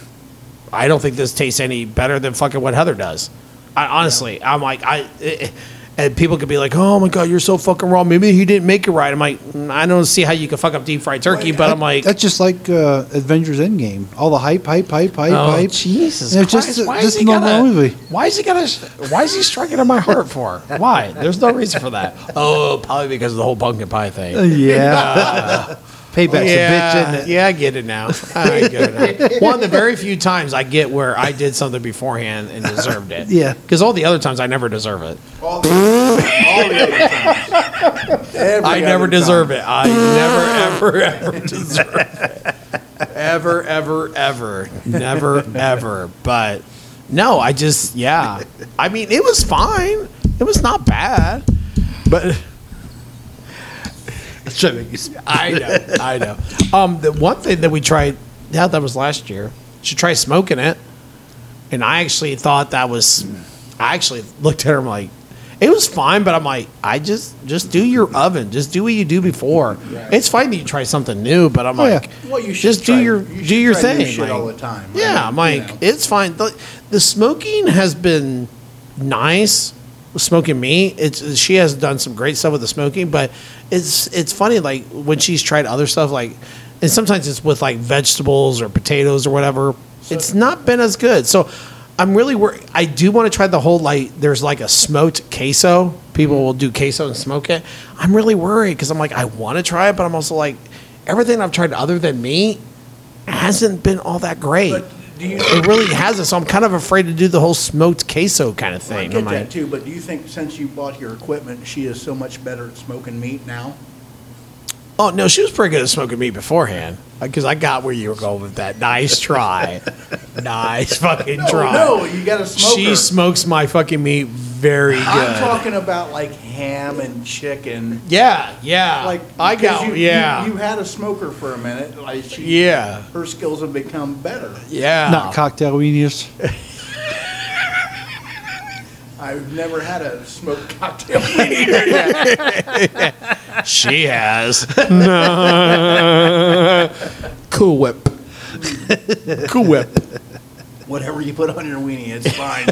I don't think this tastes any better than fucking what Heather does. I honestly, I'm like, I. It, and people could be like, "Oh my God, you're so fucking wrong. Maybe he didn't make it right." I'm like, "Mm, I don't see how you can fuck up deep fried turkey, but I'm like, That's just like uh, Avengers Endgame. All the hype, hype, hype, hype, Oh, hype. Jesus And Christ! it's just- why just is he another gonna, movie. Why is he gonna? Why is he striking at my heart for? Why? There's no reason for that. Oh, probably because of the whole pumpkin pie Uh, thing. Yeah. Payback's a bitch, isn't it? yeah, I get it now. I get it now. One of the very few times I get where I did something beforehand and deserved it. Yeah. because all the other times I never deserve it. All the, all the other times. Every I never other deserve time. it. I never, ever, ever deserve it. Ever, ever, ever. Never, ever. But no, I just, yeah. I mean, it was fine. It was not bad. But I know, I know. Um, the one thing that we tried, yeah, that was last year. She tried smoking it, and I actually thought that was. I actually looked at her. I'm like, it was fine, but I'm like, I just just do your oven. Just do what you do before. It's fine that you try something new, but I'm Oh, yeah. like, Well, you should just try- do your you do should your try thing. new shit like- all the time. I mean, Yeah, I'm you like, know. it's fine. The, the smoking has been nice. Smoking me, it's she has done some great stuff with the smoking, but it's it's funny like when she's tried other stuff like, and sometimes it's with like vegetables or potatoes or whatever. it's not been as good. So I'm really wor I do want to try the whole like there's like a smoked queso. People will do queso and smoke it. I'm really worried because I'm like I want to try it, but I'm also like everything I've tried other than me hasn't been all that great. But do you- it really hasn't. So I'm kind of afraid to do the whole smoked queso kind of Well, I thing. get I'm that like, too, but do you think since you bought your equipment, she is so much better at smoking meat now? oh no, she was pretty good at smoking meat beforehand because I got where you were going with that. Nice try, nice fucking try. No, you got to smoke she smokes my fucking meat very good. I'm talking about like ham and chicken. yeah, yeah. Like I because got you, yeah, You, you had a smoker for a minute. Like she, yeah, her skills have become better. yeah. Not cocktail wieners. I've never had a smoked cocktail. she has cool whip. Cool whip. Whatever you put on your weenie, it's fine.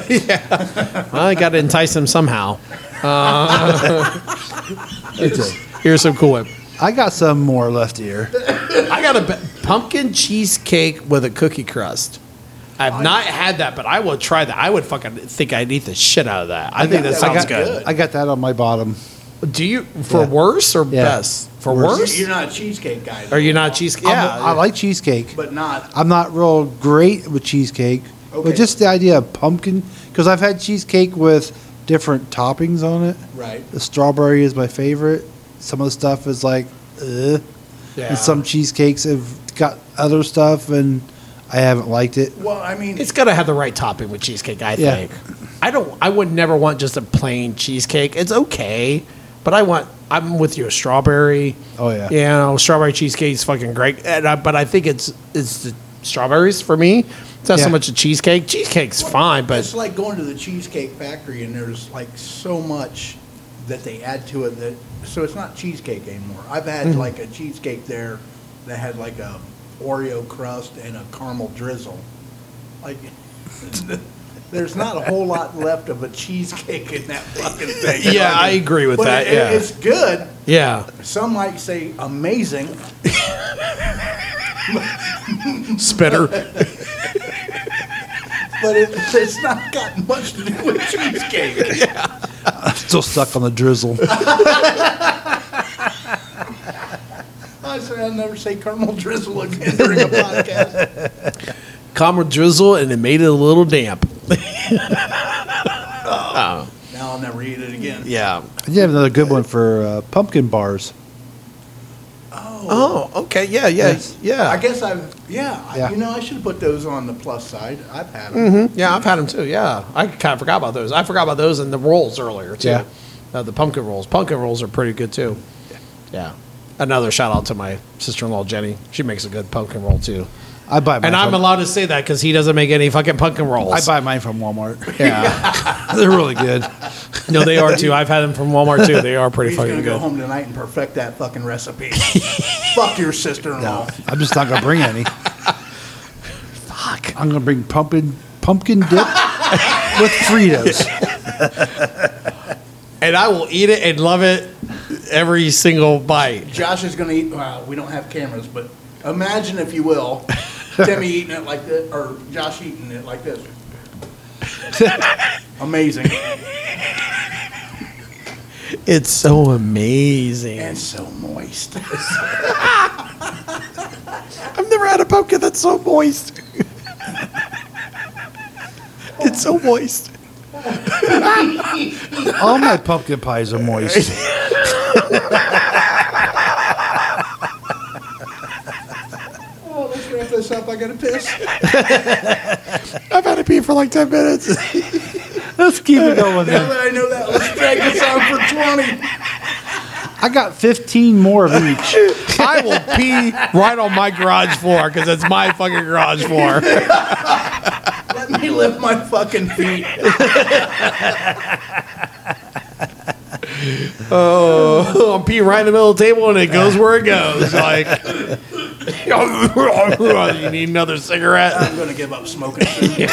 Well, I got to entice them somehow. Here's some cool whip. I got some more left here. I got a b- pumpkin cheesecake with a cookie crust. I've not had that, but I will try that. I would fucking think I'd eat the shit out of that. I, think got that that. sounds I got, good. I got that on my bottom. Do you for Yeah. worse or Yeah. best? For Worse. worse? You're not a cheesecake guy. Are you not cheesecake? I'm- Yeah, I like cheesecake. But not. I'm not real great with cheesecake, Okay. but just the idea of pumpkin because I've had cheesecake with different toppings on it. Right. The strawberry is my favorite. Some of the stuff is like, uh, Yeah. and some cheesecakes have got other stuff, and I haven't liked it. Well, I mean, It's got to have the right topping with cheesecake, I Yeah. think. I don't. I would never want just a plain cheesecake. It's okay, but I want. I'm with you. Strawberry. Oh, yeah. You know, strawberry cheesecake's fucking great. And I, but I think it's it's the strawberries for me. It's not Yeah. so much the cheesecake. Cheesecake's fine, It's but like going to the Cheesecake Factory and there's like so much that they add to it that, so it's not cheesecake anymore. I've Mm-hmm. had like a cheesecake there that had like a Oreo crust and a caramel drizzle. Like, there's not a whole lot left of a cheesecake in that fucking thing. Yeah, I agree with But that, it- yeah. It's good. yeah. Some might say amazing. Spitter. But it, it's not got much to do with cheesecake. Still stuck on the drizzle. I said I'll never say caramel drizzle again during a podcast. Calmer drizzle and it made it a little damp. Now I'll never eat it again. Yeah. you have another good one for uh, pumpkin bars. Oh, okay. Yeah, yeah, Yes. yeah. I guess I've, yeah, I- Yeah. you know, I should have put those on the plus side. I've had them. Mhm. Yeah, I've had them too. Yeah, I kind of forgot about those. I forgot about those and the rolls earlier too. Yeah. Uh, the pumpkin rolls. Pumpkin rolls are pretty good too. Yeah. Another shout out to my sister in law Jenny. She makes a good pumpkin roll too. I buy mine And I'm from, allowed to say that because he doesn't make any fucking pumpkin rolls. I buy mine from Walmart. Yeah. They're really good. no, they are too. I've had them from Walmart too. They are pretty He's going fucking to go good. home tonight and perfect that fucking recipe. Fuck your sister in law. I'm just not gonna bring any. Fuck. I'm gonna bring pumpkin pumpkin dip with Fritos. And I will eat it and love it every single bite. Josh is going to eat, well, we don't have cameras, but imagine, if you will, Timmy eating it like this, or Josh eating it like this. Amazing. It's so amazing. And so moist. I've never had a pumpkin that's so moist. it's so moist. All my pumpkin pies are moist. oh, let's wrap this up. I got to piss. I've had to pee for like 10 minutes. Let's keep it going Now then. that I know that, let's drag this on for 20. I got 15 more of each. I will pee right on my garage floor because it's my fucking garage floor. Let me lift my fucking feet. Oh, I'm peeing right in the middle of the table and it goes where it goes. Like, oh, you need another cigarette? I'm gonna give up smoking. soon.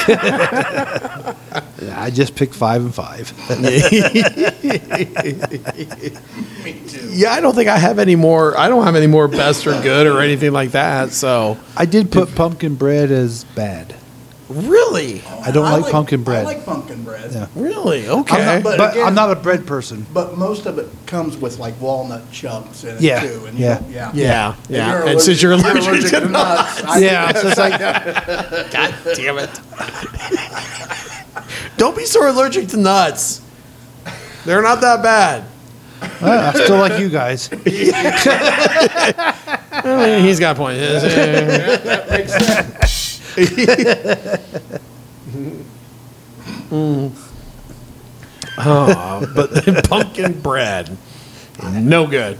I just picked five and five. Me too. Yeah, I don't think I have any more. I don't have any more best or good or anything like that. So, I did put pumpkin bread as bad. really? I don't like pumpkin bread. I like pumpkin bread. Yeah. Really? I'm Okay. not- But but again- I'm not a bread person. But most of it comes with like walnut chunks in it Yeah, too. And yeah. You, yeah. Yeah, yeah. you're And since you're allergic, to nuts, I- Yeah, so it's like God damn it. Don't be so allergic to nuts. They're not that bad. uh, I still like you guys. He's got a point. that makes sense. Mm. Oh, but pumpkin bread, no good.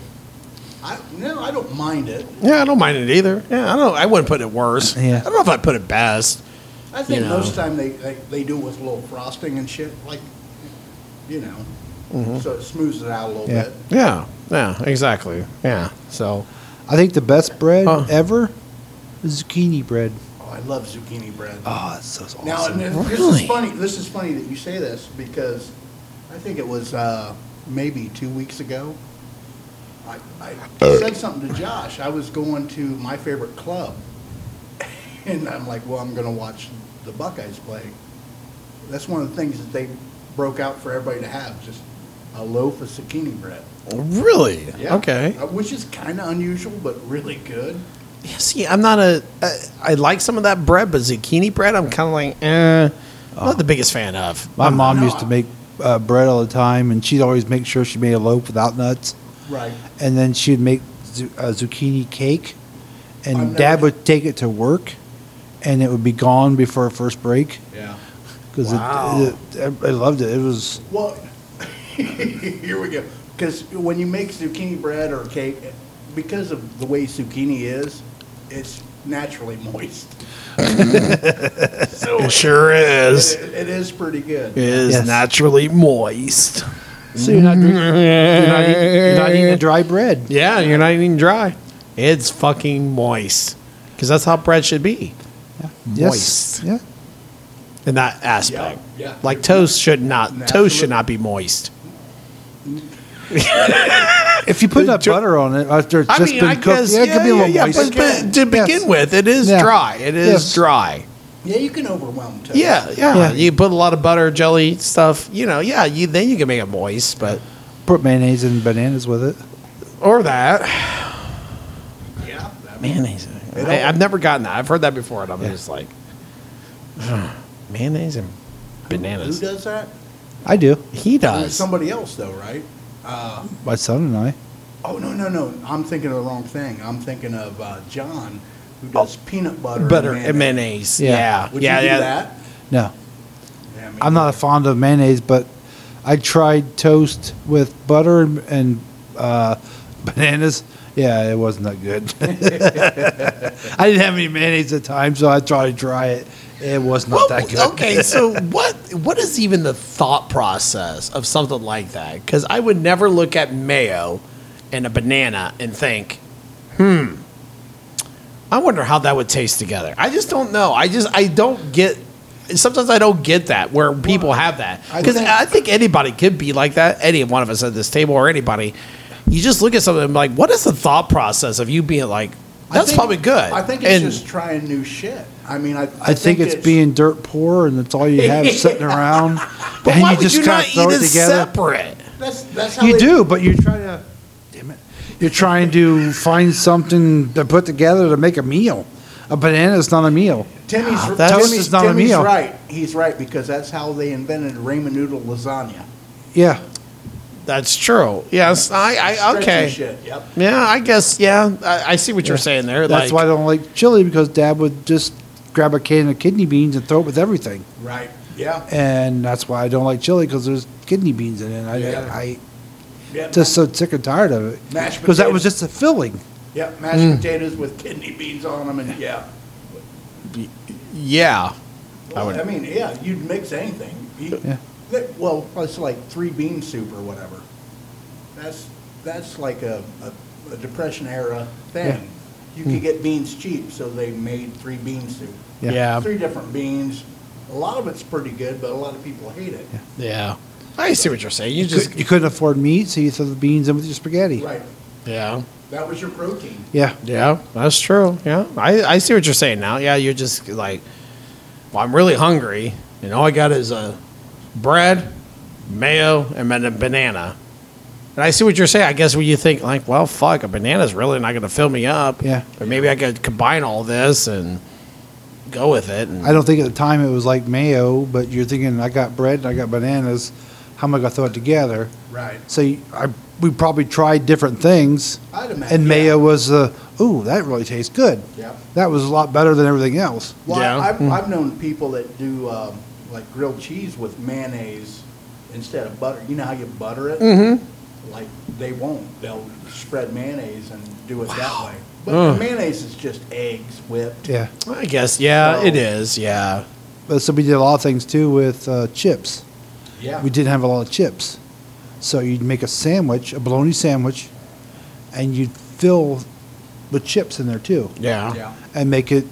I, no, I don't mind it. Yeah, I don't mind it either. Yeah, I don't. I wouldn't put it worse. Yeah. I don't know if I'd put it best. I think You know. most time they, they they do with a little frosting and shit like, you know, so it smooths it out a little Mm-hmm. Yeah. bit. Yeah, yeah, exactly. Yeah. So I think the best bread Huh. ever is zucchini bread. Oh, I love zucchini bread. Oh, that's so awesome. Now, and this this Really? is funny. This is funny that you say this because I think it was uh, maybe two weeks ago. I, I said something to Josh. I was going to my favorite club, and I'm like, "Well, I'm going to watch the Buckeyes play." That's one of the things that they broke out for everybody to have, just a loaf of zucchini bread. really, okay. Uh, Which is kind of unusual, but really good. Yeah, See, I'm not a. I, I like some of that bread, but zucchini bread, I'm kind of like, eh. I'm Not the biggest fan of. My mom no, used to I- make uh, bread all the time, and she'd always make sure she made a loaf without nuts. Right. And then she'd make zu- a zucchini cake, and I've never- Dad would take it to work, and it would be gone before our first break Yeah. because Wow. it, it, I loved it. It was Well, here we go. Because when you make zucchini bread or cake, because of the way zucchini is, it's naturally moist. It sure is. It, it is pretty good. Is Yes. naturally moist. So you're not, drink- You're not, eat- you're not eating eating a a dry bread. Yeah, you're not eating dry. It's fucking moist. Because that's how bread should be Moist. Yes. Yeah. in that aspect. Yeah, yeah. Like toast should not toast should Absolutely. not be moist. If you put enough ju- butter on it after it's I just mean, been I cooked, guess yeah, yeah, it could be a yeah, little yeah, moist. but, but to Yes. begin with, it is Yeah. dry. It is Yes. dry. Yeah, you can overwhelm toast. Yeah, yeah, Yeah. You put a lot of butter, jelly stuff. You know, yeah. You then you can make it moist, but Put mayonnaise and bananas with it. or that Yeah. mayonnaise. I, I've never gotten that. I've heard that before, and I'm just like mayonnaise and Who bananas. does that? Uh, I do. He does. Somebody else, though, right? My son and I. Oh, no, no, no. I'm thinking of the wrong thing. I'm thinking of uh, John, who does peanut butter. Oh. butter and mayonnaise. Yeah. Yeah, Would yeah, you do yeah. that? No, Yeah, me I'm not neither. fond of mayonnaise, but I tried toast with butter and, and uh, bananas. Yeah, it wasn't that good. I didn't have any mayonnaise at the time, so I tried to try it. It was not Well, that good. okay, so what what is even the thought process of something like that? Because I would never look at mayo and a banana and think, hmm, I wonder how that would taste together. I just don't know. I just I don't get. Sometimes I don't get that where people have that I because think- I think anybody could be like that. Any one of us at this table or anybody, you just look at something and be like, what is the thought process of you being like? I That's think- probably good. I think it's And- just trying new shit. I mean, I, I, I think it's being dirt poor, and that's all you have sitting around. But and why would you kinda not eat it separate? That's, that's how You they- do, but you're trying to. Damn it! You're trying to find something to put together to make a meal. A banana is not a meal. Timmy's, Ah, that's- Timmy's, Toast is not a Timmy's meal. right. He's right because that's how they invented ramen noodle lasagna. Yeah. That's true. Yes, I, I Stretchy okay. Shit. Yep. Yeah, I guess. Yeah, I, I see what you're saying there. That's like, why I don't like chili because Dad would just grab a can of kidney beans and throw it with everything, Right. Yeah. and that's why I don't like chili because there's kidney beans in it. I, Yeah. I, Yep. just so sick and tired of it Mashed because that was potatoes. just a filling. Yep. Mashed Mm. potatoes with kidney beans on them, and yeah. Yeah, I Well, would- I mean, yeah, you'd mix anything. You- Yeah. that- Well, it's like three bean soup or whatever. That's, that's like a, a- a Depression era thing. You Mm. could get beans cheap, so they made three bean soup. Yeah. Yeah. Three different beans. A lot of it's pretty good, but a lot of people hate it. yeah. I see what you're saying. You You, just could, you couldn't afford meat, so you throw the beans in with your spaghetti. Right. yeah, That was your protein. Yeah. yeah. That's true. Yeah, I, I see what you're saying now. Yeah, you're just like, well, I'm really hungry, and all I got is a bread, mayo, and then a banana. And I see what you're saying. I guess when you think like, well, fuck, a banana's really not going to fill me up. Yeah. But maybe I could combine all this and go with it. And I don't think at the time it was like mayo, but you're thinking I got bread and I got bananas. How am I gonna throw it together? Right. So you, I, we probably tried different things, I'd imagine. and mayo was uh, ooh that really tastes good. Yeah. That was a lot better than everything else. Well, Yeah. Hmm. I've, I've known people that do um, like grilled cheese with mayonnaise instead of butter. You know how you butter it? Mm-hmm. Like they won't. They'll spread mayonnaise and do it that way. But the mayonnaise is just eggs whipped. Yeah. I guess, yeah, So- it is, yeah. But so we did a lot of things too with uh, chips. Yeah. We didn't have a lot of chips, so you'd make a sandwich, a bologna sandwich, and you'd fill with chips in there too, Yeah. Yeah. and make it.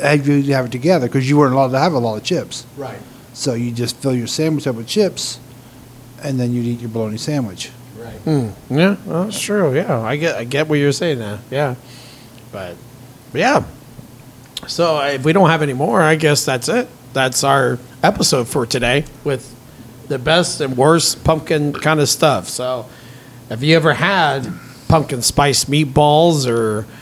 Have you have it together because you weren't allowed to have a lot of chips. Right. So you just fill your sandwich up with chips, and then you'd eat your bologna sandwich. Right. Hmm. Yeah, well, that's true. Yeah, I get, I get what you're saying now. Yeah, but yeah. So if we don't have any more, I guess that's it. That's our episode for today with the best and worst pumpkin kind of stuff. So, have you ever had pumpkin spice meatballs or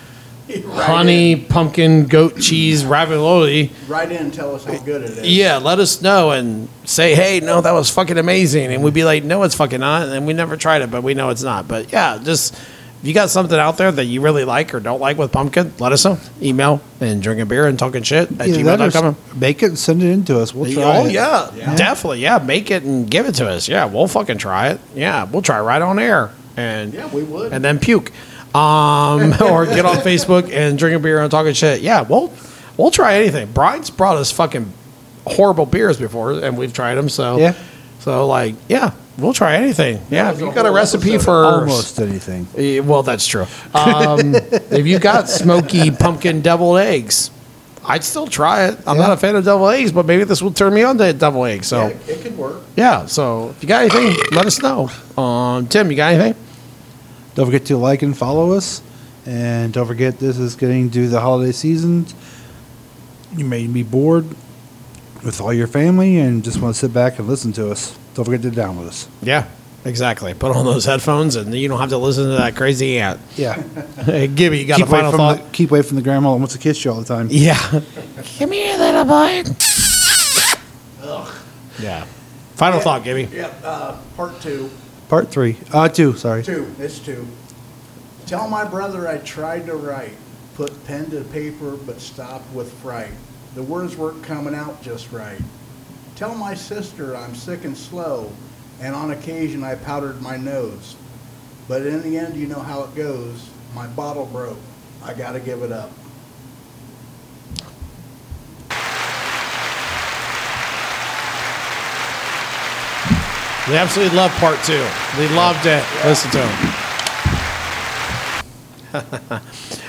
Right honey pumpkin goat cheese ravioli? In, right in. Tell us how good it is. Yeah, let us know and say, hey, no, that was fucking amazing. And we'd be like, no, it's fucking not. And we never tried it, but we know it's not. But yeah, just if you got something out there that you really like or don't like with pumpkin, let us know. Email and drinking beer and talking shit at Either that or gmail.com. s- Make it and send it in to us. We'll try Oh, it. yeah, Yeah. definitely. Yeah, make it and give it to us. Yeah, we'll fucking try it. Yeah, we'll try right on air. and Yeah, we would. and then puke, um, or get on Facebook and drink a beer and talking shit. Yeah, we'll we'll try anything. Brian's brought us fucking horrible beers before, and we've tried them. So Yeah. so like yeah, we'll try anything. Yeah, that if was you a got a whole recipe episode. for Almost anything. Eh, Well, that's true. Um, if you got smoky pumpkin deviled eggs, I'd still try it. I'm not Yeah. a fan of deviled eggs, but maybe this will turn me on to deviled eggs. So yeah. Yeah, it could work. so if you got anything, let us know. Um, Tim, you got anything? Don't forget to like and follow us. And don't forget, this is getting to the holiday season. You may be bored with all your family and just want to sit back and listen to us. Don't forget to download us. Yeah, exactly. Put on those headphones, and you don't have to listen to that crazy aunt. Yeah. Hey, Gibby, you got a keep, away final from thought? the, keep away from the grandma that wants to kiss you all the time. yeah. Give me a little boy. Yeah. Final thought, Gibby. Yeah, uh, part two. Part three. Uh, two, sorry. Two, it's two. Tell my brother I tried to write, put pen to paper, but stopped with fright. The words weren't coming out just right. Tell my sister I'm sick and slow, and on occasion I powdered my nose. But in the end, you know how it goes. My bottle broke. I gotta give it up. They absolutely love part two. They loved it. Listen to them.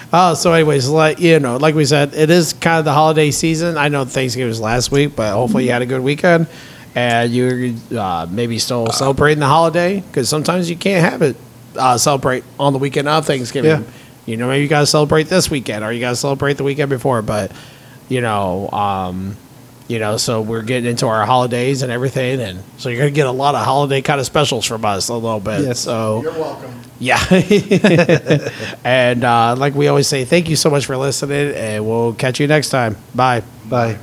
uh, so, anyways, like you know, like we said, it is kind of the holiday season. I know Thanksgiving was last week, but hopefully you had a good weekend and you're uh, maybe still celebrating the holiday because sometimes you can't have it uh, celebrate on the weekend of Thanksgiving. Yeah. You know, maybe you got to celebrate this weekend or you got to celebrate the weekend before, but you know, um, you know, so we're getting into our holidays and everything, and so you're gonna get a lot of holiday kind of specials from us a little bit. Yes. So You're welcome. yeah, and uh, like we always say, thank you so much for listening, and we'll catch you next time. Bye. Bye.